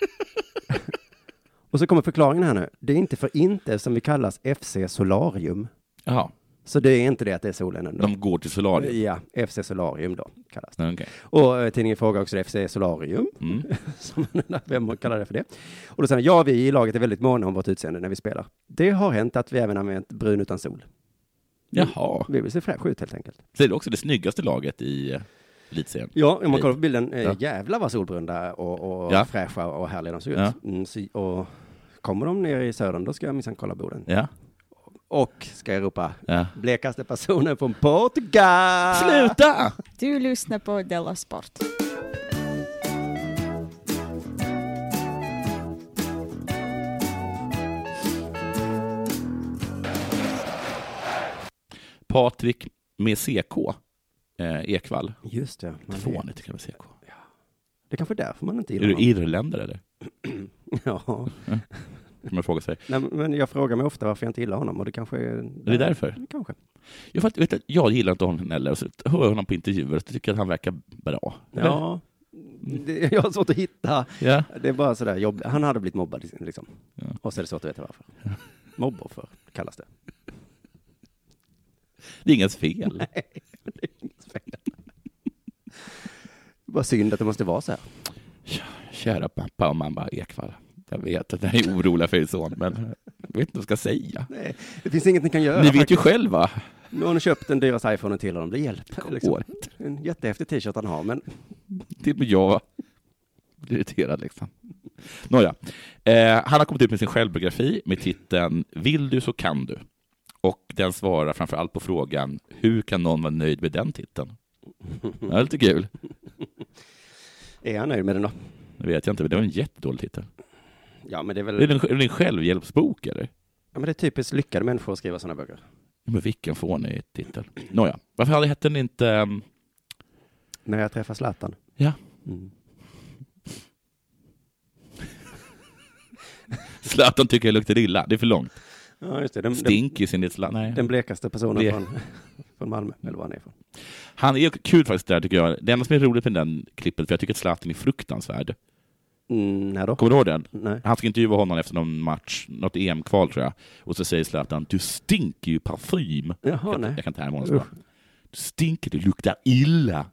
S1: och så kommer förklaringen här nu. Det är inte för inte som vi kallas FC Solarium.
S2: Jaha,
S1: Så det är inte det att det är solen ändå.
S2: de går till solariet.
S1: Ja, FC Solarium då kallas det.
S2: Ja, okej.
S1: Och eh, tidningen frågar också det, FC Solarium,
S2: Mm.
S1: som man undrar vem man kallar det för det. Och då säger han, ja, vi i laget är väldigt måna om vårt utseende när vi spelar. Det har hänt att vi även använt brun utan sol.
S2: Jaha.
S1: Vi vill se fräscha ut helt enkelt.
S2: Så är det också det snyggaste laget i eh, elitserien.
S1: Ja, om man kollar på bilden, eh,
S2: Ja.
S1: jävlar vad solbrunda och, och
S2: Ja.
S1: fräscha och härliga de ser ut.
S2: Ja.
S1: Mm, så, och kommer de ner i södern, då ska jag minsann kolla Boden.
S2: Ja.
S1: Och ska jag ropa,
S2: ja.
S1: blekaste personen från Portugal!
S2: Sluta!
S5: Du lyssnar på Della Sport.
S2: Patrik med CK, eh, Ekvall.
S1: Just det, man vet.
S2: Fånigt kan man CK.
S1: det är kanske är därför man inte
S2: Är
S1: gillar
S2: du
S1: honom.
S2: irländare eller?
S1: Ja.
S2: Kan man fråga sig.
S1: Nej, men jag frågar mig ofta varför jag inte gillar honom och det kanske är...
S2: Är det därför?
S1: Kanske.
S2: Jag, vet, vet, att jag gillar inte honom heller, och så hör jag honom på intervjuer och tycker att han verkar bra. Eller?
S1: Ja. Mm. Det, jag har svårt att hitta.
S2: ja.
S1: Det är bara sådär jobb. Han hade blivit mobbad liksom.
S2: Ja.
S1: Och så är det svårt att veta varför. Mobboffer kallas det.
S2: Det är ingens fel.
S1: Vad synd att det måste vara så här.
S2: Kära pappa och mamma Ekvall. Jag vet att ni är oroliga för er son, men jag vet inte vad jag ska säga.
S1: Nej, det finns inget ni kan göra.
S2: Ni vet ju
S1: faktiskt.
S2: själva.
S1: Nu har ni köpt den dyraste iPhonen till honom. Det hjälper. Liksom.
S2: Går.
S1: En jättehäftig t-shirt han har, men
S2: Till och med jag blir irriterad liksom. Nåja. Eh, han har kommit ut med sin självbiografi med titeln Vill du så kan du. Och den svarar framför allt på frågan Hur kan någon vara nöjd med den titeln? Ja, Det är lite kul.
S1: är han nöjd med den då?
S2: Det vet jag inte, men det var en jättedålig titel.
S1: Ja, men det är väl...
S2: Är det en, är det en självhjälpsbok eller?
S1: Ja, men det är typiskt lyckade människor att skriva sådana böcker.
S2: Men vilken fånig titel. Nåja, varför hade hette den inte ehm,
S1: När jag träffar Zlatan.
S2: Ja.
S1: Mm.
S2: Zlatan tycker jag luktar illa? Det är för långt.
S1: Ja, just det. Den, den,
S2: Stink i sin Zlatan. Nej.
S1: den blekaste personen
S2: Blek.
S1: från, från Malmö, eller var han är ifrån.
S2: Han är kul faktiskt där tycker jag. Det enda som är roligt med den klippet, för jag tycker att Zlatan är fruktansvärd.
S1: Mm, när då?
S2: Kommer du ihåg den?
S1: Nej.
S2: Han ska intervjua honom efter någon match, något EM-kval tror jag. Och så säger Zlatan, du stinker ju parfym. jag,
S1: Jaha,
S2: kan,
S1: nej.
S2: jag kan inte härma honom. så bra. Du stinker, du luktar illa.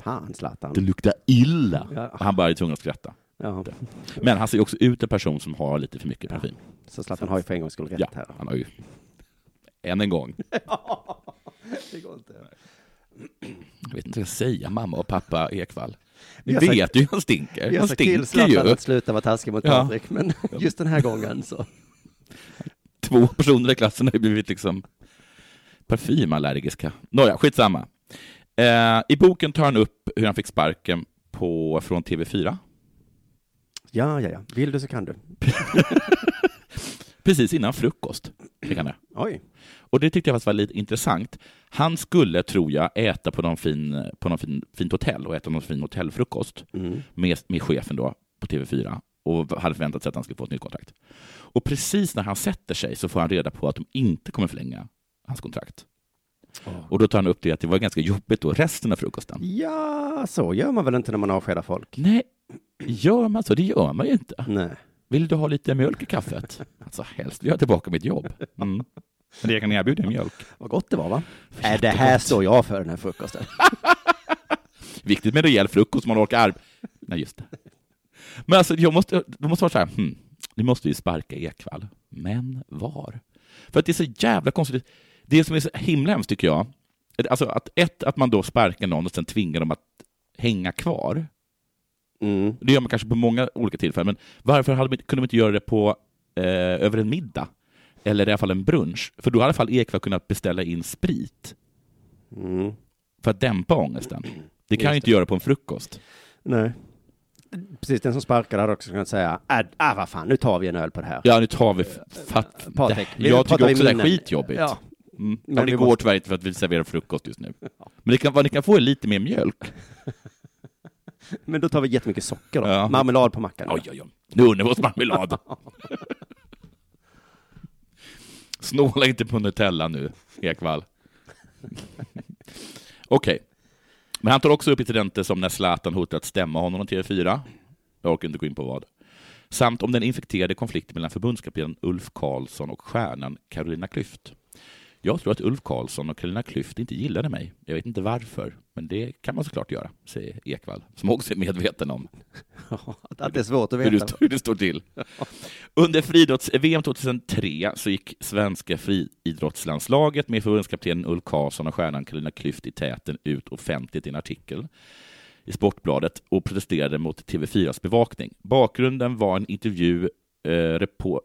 S1: Fan, Zlatan.
S2: Du luktar illa.
S1: Ja.
S2: Och han bara är tvungen att skratta.
S1: Ja,
S2: Men han ser ju också ut en person som har lite för mycket parfym.
S1: så Zlatan har ju för en gångs skull rätt
S2: Ja,
S1: här.
S2: han har ju... Än en gång.
S1: Det går
S2: Eh,
S1: inte.
S2: Jag vet inte vad jag ska säga, mamma och pappa Ekvall.
S1: Vi
S2: Vi
S1: har
S2: vet
S1: sagt-
S2: ju hur han stinker.
S1: Jag har
S2: Han
S1: sagt till
S2: stinker
S1: Zlatan
S2: ju.
S1: att sluta vara taskig mot
S2: Ja.
S1: Patrik, men just den här gången så.
S2: Två personer i klassen har ju blivit liksom Parfymallergiska. Nåja, skitsamma. Eh, I boken tar han upp hur han fick sparken på, från TV4.
S1: Ja, ja, ja. Vill du så kan du.
S2: Precis innan frukost fick han det.
S1: Oj.
S2: Och det tyckte jag faktiskt var lite intressant. Han skulle, tror jag, äta på någon fin, på någon fin, fint hotell och äta någon fin hotellfrukost
S1: Mm.
S2: med, med chefen då på TV4 och hade förväntat sig att han skulle få ett nytt kontrakt. Och precis när han sätter sig så får han reda på att de inte kommer förlänga hans kontrakt. Och då tar han upp det att det var ganska jobbigt då, resten av frukosten.
S1: Ja, så gör man väl inte när man avskedar folk?
S2: Nej, gör man så? Det gör man ju inte.
S1: Nej.
S2: Vill du ha lite mjölk i kaffet? Alltså helst vill jag ha tillbaka mitt jobb. Mm. Men det jag kan erbjuda är mjölk.
S1: Vad gott det var, va? Äh, det här står jag för, den här frukosten.
S2: Viktigt med rejäl frukost man orkar arbeta. Nej, just det. Men alltså, jag måste, det måste vara så här, hmm, nu måste vi sparka Ekwall. Men var? För att det är så jävla konstigt. Det som är så himla hemskt tycker jag, alltså att ett, att man då sparkar någon och sen tvingar dem att hänga kvar.
S1: Mm.
S2: Det gör man kanske på många olika tillfällen, men varför hade, de inte- kunde de inte göra det på, eh, över en middag? Eller i alla fall en brunch? För då hade i alla fall Ekwall kunnat beställa in sprit
S1: Mm.
S2: för att dämpa ångesten. Det kan
S1: Just
S2: ju inte göra på en frukost.
S1: Nej. Precis, den som sparkade hade också kunnat säga, äh, ah, vad fan, nu tar vi en öl på det här.
S2: Ja, nu tar vi... f- Fatt,
S1: Eh, Patrik,
S2: det-
S1: vill du
S2: jag
S1: prata
S2: tycker också
S1: i
S2: det är
S1: minnen?
S2: skitjobbigt.
S1: Ja.
S2: Mm.
S1: Men
S2: Men, det
S1: vi
S2: går
S1: måste-
S2: tyvärr inte för att vi serverar frukost just nu. Men ni kan, vad ni kan få är lite mer mjölk.
S1: Men då tar vi jättemycket socker då.
S2: Ja.
S1: Marmelad på mackan.
S2: Oj, oj, oj. Nu undrar vi oss marmelad. Snåla inte på Nutella nu, Ekvall. Okej. Men han tar också upp incidenter som när Zlatan hotar att stämma honom om TV4. Jag orkar inte gå in på vad. Samt om den infekterade konflikten mellan förbundskapten Ulf Karlsson och stjärnan Carolina Klüft. Jag tror att Ulf Karlsson och Carolina Klüft inte gillade mig. Jag vet inte varför, men det kan man såklart göra, säger Ekvall, som också är medveten om
S1: Att- Att det är svårt att
S2: hur det,
S1: veta.
S2: står- hur det står till. Under friidrotts-VM 2003 så gick svenska friidrottslandslaget med förbundskaptenen Ulf Karlsson och stjärnan Carolina Klüft i täten ut offentligt i en artikel i Sportbladet och protesterade mot TV4s bevakning. Bakgrunden var en intervju eh, repo-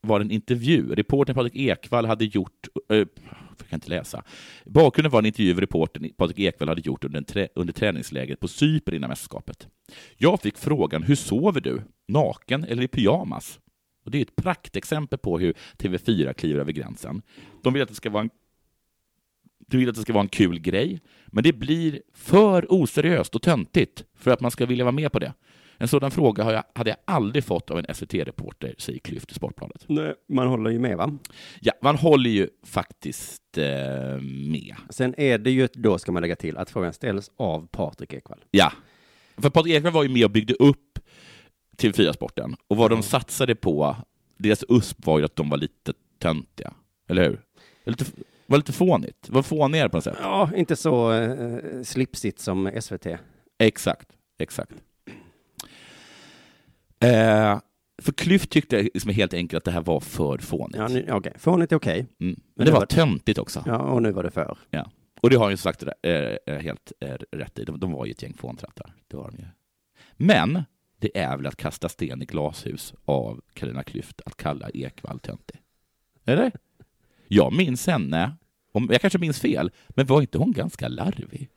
S2: var en intervju. Reportern Patrik Ekwall hade gjort... Eh, jag kan inte läsa. Bakgrunden var en intervju reportern Patrik Ekwall hade gjort under, en trä, under träningsläget på Cypern innan mästerskapet. Jag fick frågan hur sover du? Naken eller i pyjamas? Och det är ett praktexempel på hur TV4 kliver över gränsen. De vill att det ska vara en du vill att det ska vara en kul grej, men det blir för oseriöst och töntigt för att man ska vilja vara med på det. En sådan fråga har jag, hade jag aldrig fått av en SVT-reporter, säger Klyft i Sportbladet.
S1: Nej, man håller ju med va?
S2: Ja, man håller ju faktiskt eh, med.
S1: Sen är det ju, då ska man lägga till, att frågan ställs av Patrik Ekwall.
S2: Ja. För Patrik Ekwall var ju med och byggde upp TV4-sporten. Och vad de satsade på, deras USP var ju att de var lite töntiga. Eller hur? Det var Lite, var lite fånigt. Var fånigare på något sätt.
S1: Ja, inte så eh, slipsigt som SVT.
S2: Exakt. Exakt. Eh, för Klyft tyckte liksom helt enkelt att det här var för fånigt.
S1: Ja, nu- okej. Fånigt är okej.
S2: mm. Men
S1: men
S2: det
S1: det
S2: var
S1: var-
S2: töntigt också.
S1: Ja, och nu var det för.
S2: Ja. Och det har ju som sagt eh, eh, helt eh, rätt i. De, de var ju ett gäng fåntrattar. Det var de ju. Men det är väl att kasta sten i glashus av Carina Klüft att kalla Ekwall töntig. Eller? Jag minns henne, om, jag kanske minns fel, men var inte hon ganska larvig?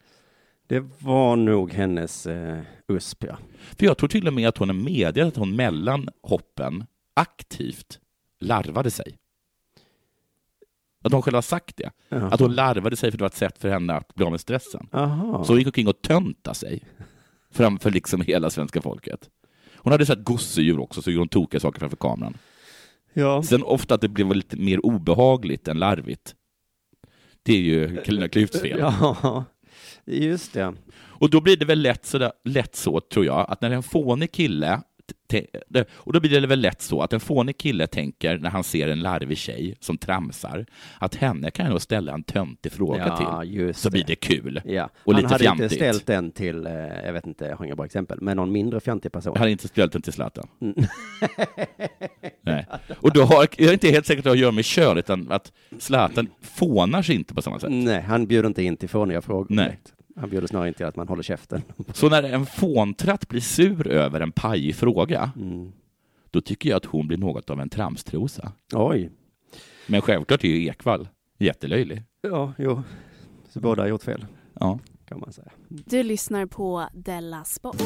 S1: Det var nog hennes eh, USP, ja.
S2: För jag tror till och med att hon är medveten att hon mellan hoppen aktivt larvade sig. Att hon själv har sagt det.
S1: Ja.
S2: Att hon larvade sig för att det var ett sätt för henne att bli av med stressen.
S1: Aha.
S2: Så hon gick omkring och tönta sig framför liksom hela svenska folket. Hon hade sett gosedjur också, så gjorde hon tokiga saker framför kameran.
S1: Ja.
S2: Sen ofta att det blev lite mer obehagligt än larvigt. Det är ju Carolina Klüfts fel.
S1: Ja, just det.
S2: Och då blir det väl lätt så, lätt så, tror jag, att när en fånig kille t- t- och då blir det väl lätt så att en fånig kille tänker när han ser en larvig tjej som tramsar att henne kan jag nog ställa en töntig fråga
S1: Ja,
S2: till.
S1: just
S2: Så
S1: det.
S2: blir det kul.
S1: Ja.
S2: Och
S1: Han
S2: lite
S1: hade
S2: fjantigt.
S1: inte ställt den till, eh, jag vet inte, jag har inga bra exempel, men någon mindre fjantig person.
S2: Han hade inte spelat den till Zlatan. Nej. Och då har, jag är inte helt säker på att det har att göra med kön, utan att Zlatan fånar sig inte på samma sätt.
S1: Nej, han bjuder inte in till fåniga frågor.
S2: Nej.
S1: direkt. Han bjuder snarare in till att man håller käften.
S2: Så när en fåntratt blir sur över en pajig fråga,
S1: Mm.
S2: då tycker jag att hon blir något av en tramstrosa.
S1: Oj.
S2: Men självklart är ju Ekvall jättelöjlig.
S1: Ja, jo. Så båda har gjort fel,
S2: Ja.
S1: kan man säga.
S4: Du lyssnar på Della Sport.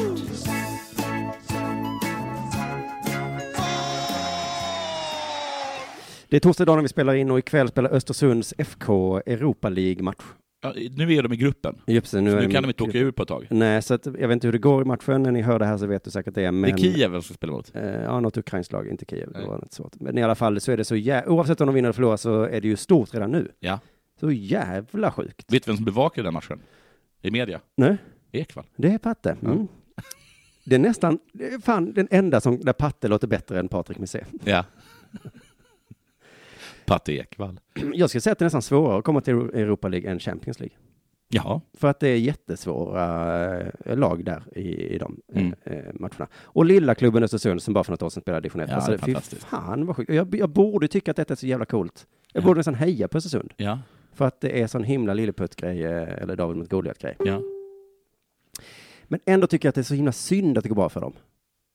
S1: Det är torsdag idag när vi spelar in och ikväll spelar Östersunds FK Europa League-match.
S2: Ja, nu är de i gruppen.
S1: Just det, nu,
S2: Nu,
S1: är
S2: nu
S1: ni-
S2: kan de inte åka ur på ett tag.
S1: Nej, så att, jag vet inte hur det går i matchen. När ni hör det här så vet du säkert det. Men...
S2: Det är Kiev som ska spela mot.
S1: Eh, ja, något ukrainskt lag, inte Kiev. Det
S2: Nej.
S1: var något svårt. Men i alla fall så är det så jä... Oavsett om de vinner eller förlorar så är det ju stort redan nu.
S2: Ja.
S1: Så jävla sjukt.
S2: Vet du vem som bevakar den matchen? I media?
S1: Nej,
S2: Ekvall.
S1: det är Patte. Mm. Det är nästan, det är fan den enda som, där Patte låter bättre än Patrik Missé.
S2: Ja. Patte Ekvall.
S1: Jag skulle säga att det är nästan svårare att komma till Europa League än Champions League.
S2: Ja.
S1: För att det är jättesvåra eh, lag där i, i de eh,
S2: Mm.
S1: eh, matcherna. Och lilla klubben Östersund som bara för något år sedan spelade division 1.
S2: Ja, det är fantastiskt.
S1: Fy fan vad sjukt. Och Jag, jag borde tycka att detta är så jävla coolt. Jag
S2: Ja.
S1: borde nästan heja på Östersund.
S2: Ja.
S1: För att det är sån himla lilleputt-grej, eh, eller David mot Goliat-grej.
S2: Ja.
S1: Men ändå tycker jag att det är så himla synd att det går bra för dem.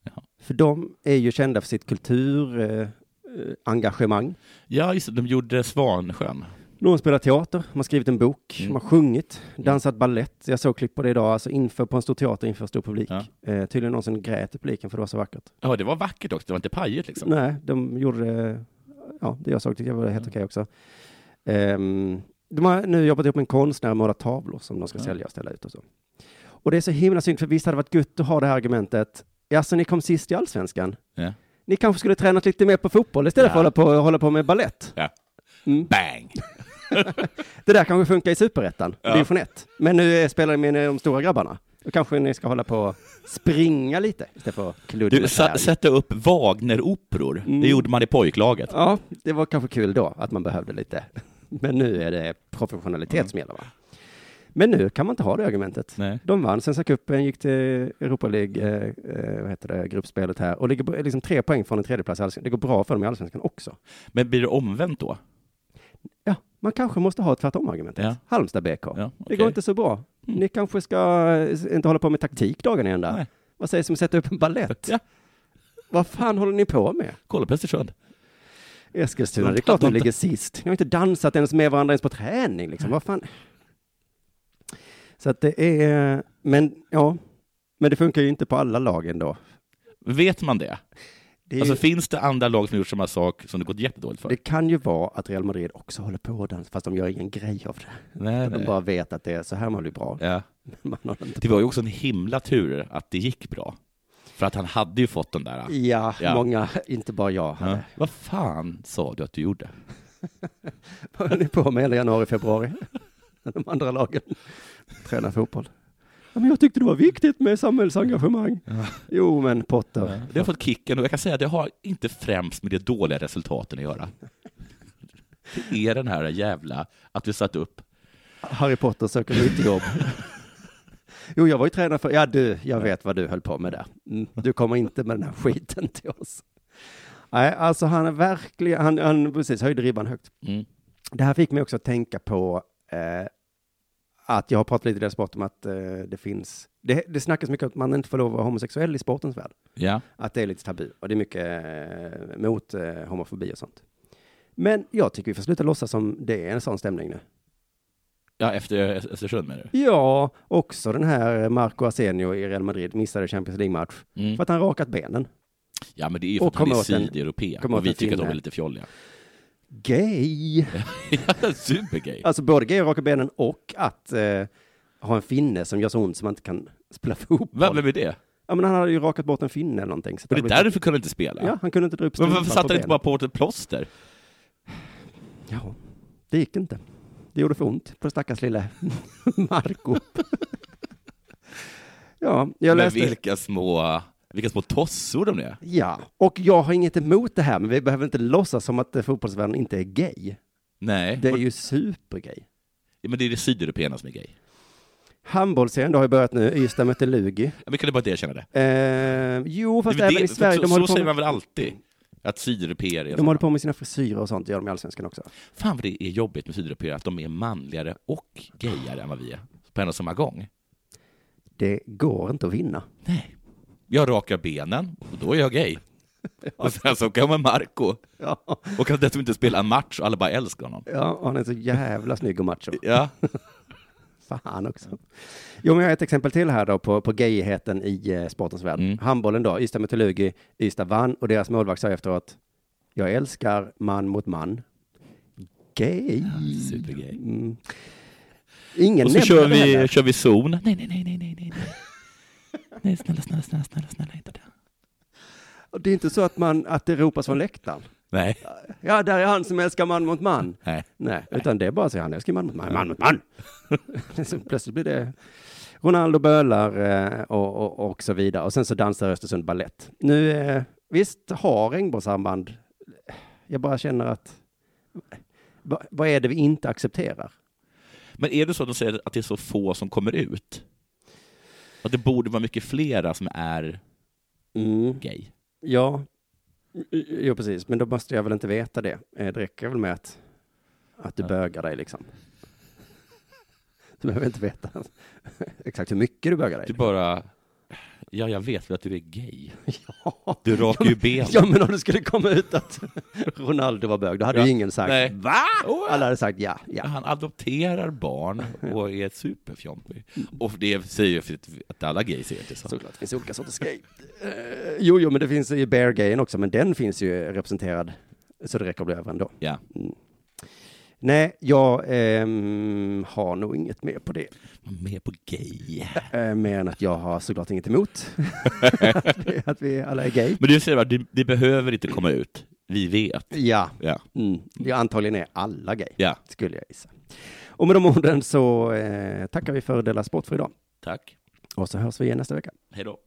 S2: Jaha.
S1: För de är ju kända för sitt kulturengagemang. Eh, engagemang.
S2: Ja, just det. De gjorde Svansjön.
S1: Någon spelar teater, man har skrivit en bok,
S2: Mm.
S1: man har sjungit, dansat ballett. Jag såg klipp på det idag, alltså inför på en stor teater, inför stor publik.
S2: Ja.
S1: Eh, tydligen någon som grät i publiken för det var så vackert.
S2: Ja, det var vackert också. Det var inte pajigt liksom. Mm.
S1: Nej, de gjorde, eh, ja, det jag såg tyckte jag var helt okej också. Ehm, de har nu jobbat ihop med en konstnär och målat tavlor som de ska
S2: Ja.
S1: sälja och ställa ut och så. Och det är så himla synd, för visst hade det varit gött att ha det här argumentet. Alltså, ni kom sist i allsvenskan.
S2: Ja.
S1: Ni kanske skulle tränat lite mer på fotboll istället
S2: Ja.
S1: för att hålla på, hålla på med ballett.
S2: Ja.
S1: Mm.
S2: Bang!
S1: Det där kanske funkar i superettan,
S2: Ja.
S1: division 1. Men nu eh, spelar ni med de stora grabbarna. Då kanske ni ska hålla på och springa lite istället för att kludda
S2: Du,
S1: med
S2: sa,
S1: träd.
S2: sätta upp Wagner-operor. Det
S1: Mm.
S2: gjorde man i pojklaget.
S1: Ja, det var kanske kul då att man behövde lite. Men nu är det professionalitet som gäller va? Men nu kan man inte ha det argumentet.
S2: Mm. Nej.
S1: De vann Svenska cupen, gick till Europa League, eh, eh, vad heter det, gruppspelet här och ligger på- liksom tre poäng från en tredjeplats i allsvenskan. Det går bra för dem i allsvenskan också.
S2: Men blir det omvänt då?
S1: Ja, man kanske måste ha ett tvärtom-argumentet.
S2: Ja.
S1: Halmstad BK.
S2: Ja,
S1: Det
S2: okej. Mm.
S1: går inte så bra. Ni kanske ska eh, inte hålla på med taktik dagen i ända.
S2: Nej.
S1: Vad sägs om att sätta upp en ballett?
S2: Ja.
S1: Vad fan håller ni på med?
S2: Kolla på Östersund.
S1: Eskilstuna,
S2: De-
S1: det är klart
S2: de-
S1: de
S2: de-
S1: ligger sist. Ni har inte dansat ens med varandra ens på träning liksom. Vad fan? Så att det är, men ja, men det funkar ju inte på alla lag ändå.
S2: Vet man det?
S1: Det, är
S2: Alltså,
S1: ju,
S2: finns det andra lag som gjort samma sak som det gått jättedåligt för?
S1: det kan ju vara att Real Madrid också håller på att dansa, fast de gör ingen grej av det.
S2: Nej,
S1: De bara vet att det är så här man blir bra.
S2: Ja.
S1: Man har inte...
S2: Det var ju också en himla tur att det gick bra. För att han hade ju fått den där...
S1: ja,
S2: Ja.
S1: många, inte bara jag.
S2: Ja.
S1: hade.
S2: Vad fan sa du att du gjorde?
S1: Vad höll ni på med hela januari, februari? De andra lagen. Träna fotboll. Ja, men jag tyckte det var viktigt med samhällsengagemang. Jo, men Potter.
S2: Det har fått kicken och jag kan säga att det har inte främst med de dåliga resultaten att göra. Det är den här jävla att vi satt upp.
S1: Harry Potter söker nytt jobb. Jo, jag var ju tränare för, ja du, jag vet vad du höll på med där. Mm, Du kommer inte med den här skiten till oss. Nej, alltså han är verkligen, han, han precis höjde ribban högt.
S2: Mm.
S1: Det här fick mig också att tänka på eh, att jag har pratat lite i deras sport om att eh, det finns, det, det snackas mycket om att man inte får lov att vara homosexuell i sportens värld.
S2: Ja.
S1: Att det är lite tabu och det är mycket eh, mot eh, homofobi och sånt. Men jag tycker vi får sluta låtsas som det är en sån stämning nu.
S2: ja, efter Ö- Östersund menar du?
S1: Ja, också den här Marco Arsenio i Real Madrid missade Champions League-match för
S2: Mm.
S1: att han rakat benen.
S2: Ja, men det är ju för
S1: Och
S2: att han
S1: kom
S2: är
S1: åt en-
S2: sydeuropé
S1: kom åt
S2: och vi
S1: en
S2: tycker att de
S1: finne.
S2: är lite fjolliga.
S1: Gay!
S2: Ja, Supergay!
S1: Alltså både gay och raka benen och att eh, ha en finne som gör så ont som man inte kan spela
S2: Vem,
S1: fotboll.
S2: vem är det?
S1: Ja, men han hade ju rakat bort en finne eller någonting. Så
S2: Och det
S1: hade
S2: är
S1: blivit-
S2: därför kunde han inte spela?
S1: Ja, han kunde inte dra upp
S2: Men
S1: strumpan
S2: varför satte
S1: på
S2: han inte bara
S1: benen.
S2: på ett plåster?
S1: Ja, det gick inte. Det gjorde för ont på stackars lille Marco. ja, jag
S2: Men
S1: läste...
S2: vilka små, vilka små tossor de är.
S1: Ja, och jag har inget emot det här, men vi behöver inte låtsas som att eh, fotbollsvärlden inte är gay.
S2: Nej,
S1: Det är ju supergay.
S2: men det är det sydeuropéerna som är gay.
S1: Handbollsserien då har ju börjat nu, Ystad mötte Lugi.
S2: Ja, Men kan du bara inte erkänna det?
S1: Eh, jo, fast
S2: Nej, men
S1: även
S2: det-
S1: i Sverige,
S2: så
S1: de,
S2: så
S1: håller
S2: säger
S1: på
S2: man
S1: med,
S2: väl alltid? Att sydeuropéer är...
S1: de håller på med sina frisyrer och sånt, det gör de i Allsvenskan också.
S2: Fan vad det är jobbigt med sydeuropéer, att de är manligare och gayare än vad vi är. På en och samma gång.
S1: Det går inte att vinna.
S2: Nej. Jag rakar benen, och då är jag gay. Och sen så kommer Marco
S1: Ja,
S2: och kan dessutom inte spela en match och alla bara älskar honom.
S1: ja och han är så jävla snygg och macho.
S2: Ja,
S1: Fan också. Jo, men jag har ett exempel till här då på, på gayigheten i eh, sportens värld.
S2: Mm.
S1: Handbollen då, Ystad mot Lugi, Ystad vann och deras målvakt sa efteråt, jag älskar man mot man. Gay.
S2: supergrej.
S1: Mm. Ingen
S2: Och så
S1: nämner
S2: kör
S1: det
S2: vi,
S1: heller.
S2: kör vi zon. Nej, nej, nej, nej, nej, nej. Nej, snälla, snälla, snälla, snälla, snälla, inte det.
S1: Och Det är inte så att, man, att det ropas från läktaren.
S2: Nej.
S1: Ja, där är han som älskar man mot man.
S2: Nej.
S1: Nej, utan det är bara att säga han älskar man mot man, man mot man. så plötsligt blir det Ronaldo bölar eh, och, och, och så vidare. Och sen så dansar Östersund ballett. Nu, eh, visst har regnbågssamband, eh, jag bara känner att va, vad är det vi inte accepterar?
S2: Men är det så att de säger att det är så få som kommer ut? Att det borde vara mycket flera som är gay?
S1: Ja, jo precis, men då måste jag väl inte veta det. Eh, Det räcker väl med att, att du bögar dig liksom. Du behöver inte veta exakt hur mycket du bögar dig.
S2: Du bara, ja jag vet väl att du är gay.
S1: Ja.
S2: Du rakar ju ben.
S1: Ja, men om det skulle komma ut att Ronaldo var bög, då hade
S2: Ja.
S1: ju ingen sagt
S2: Nej.
S1: va?
S2: Åh.
S1: Alla hade sagt ja, ja.
S2: Han adopterar barn och är superfjompig.
S1: Mm.
S2: Och det säger ju för att- att alla gays är inte så.
S1: Såklart, det finns olika sorters gay. Eh, jo, jo, men det finns ju bear-gayen också, men den finns ju representerad, så det räcker att bli över ändå. Mm.
S2: Ja.
S1: Nej, jag ehm, har nog inget mer på det,
S2: Mer på gay.
S1: eh, mer än att jag har såklart inget emot att, vi, att vi alla är gay.
S2: Men du säger bara, det, det behöver inte komma ut. Vi vet.
S1: Ja,
S2: Ja.
S1: mm. det antagligen är alla gay,
S2: Ja.
S1: skulle jag gissa. Och med de orden så eh, tackar vi för Della Sport för idag.
S2: Tack.
S1: Och så hörs vi igen nästa vecka.
S2: Hej då.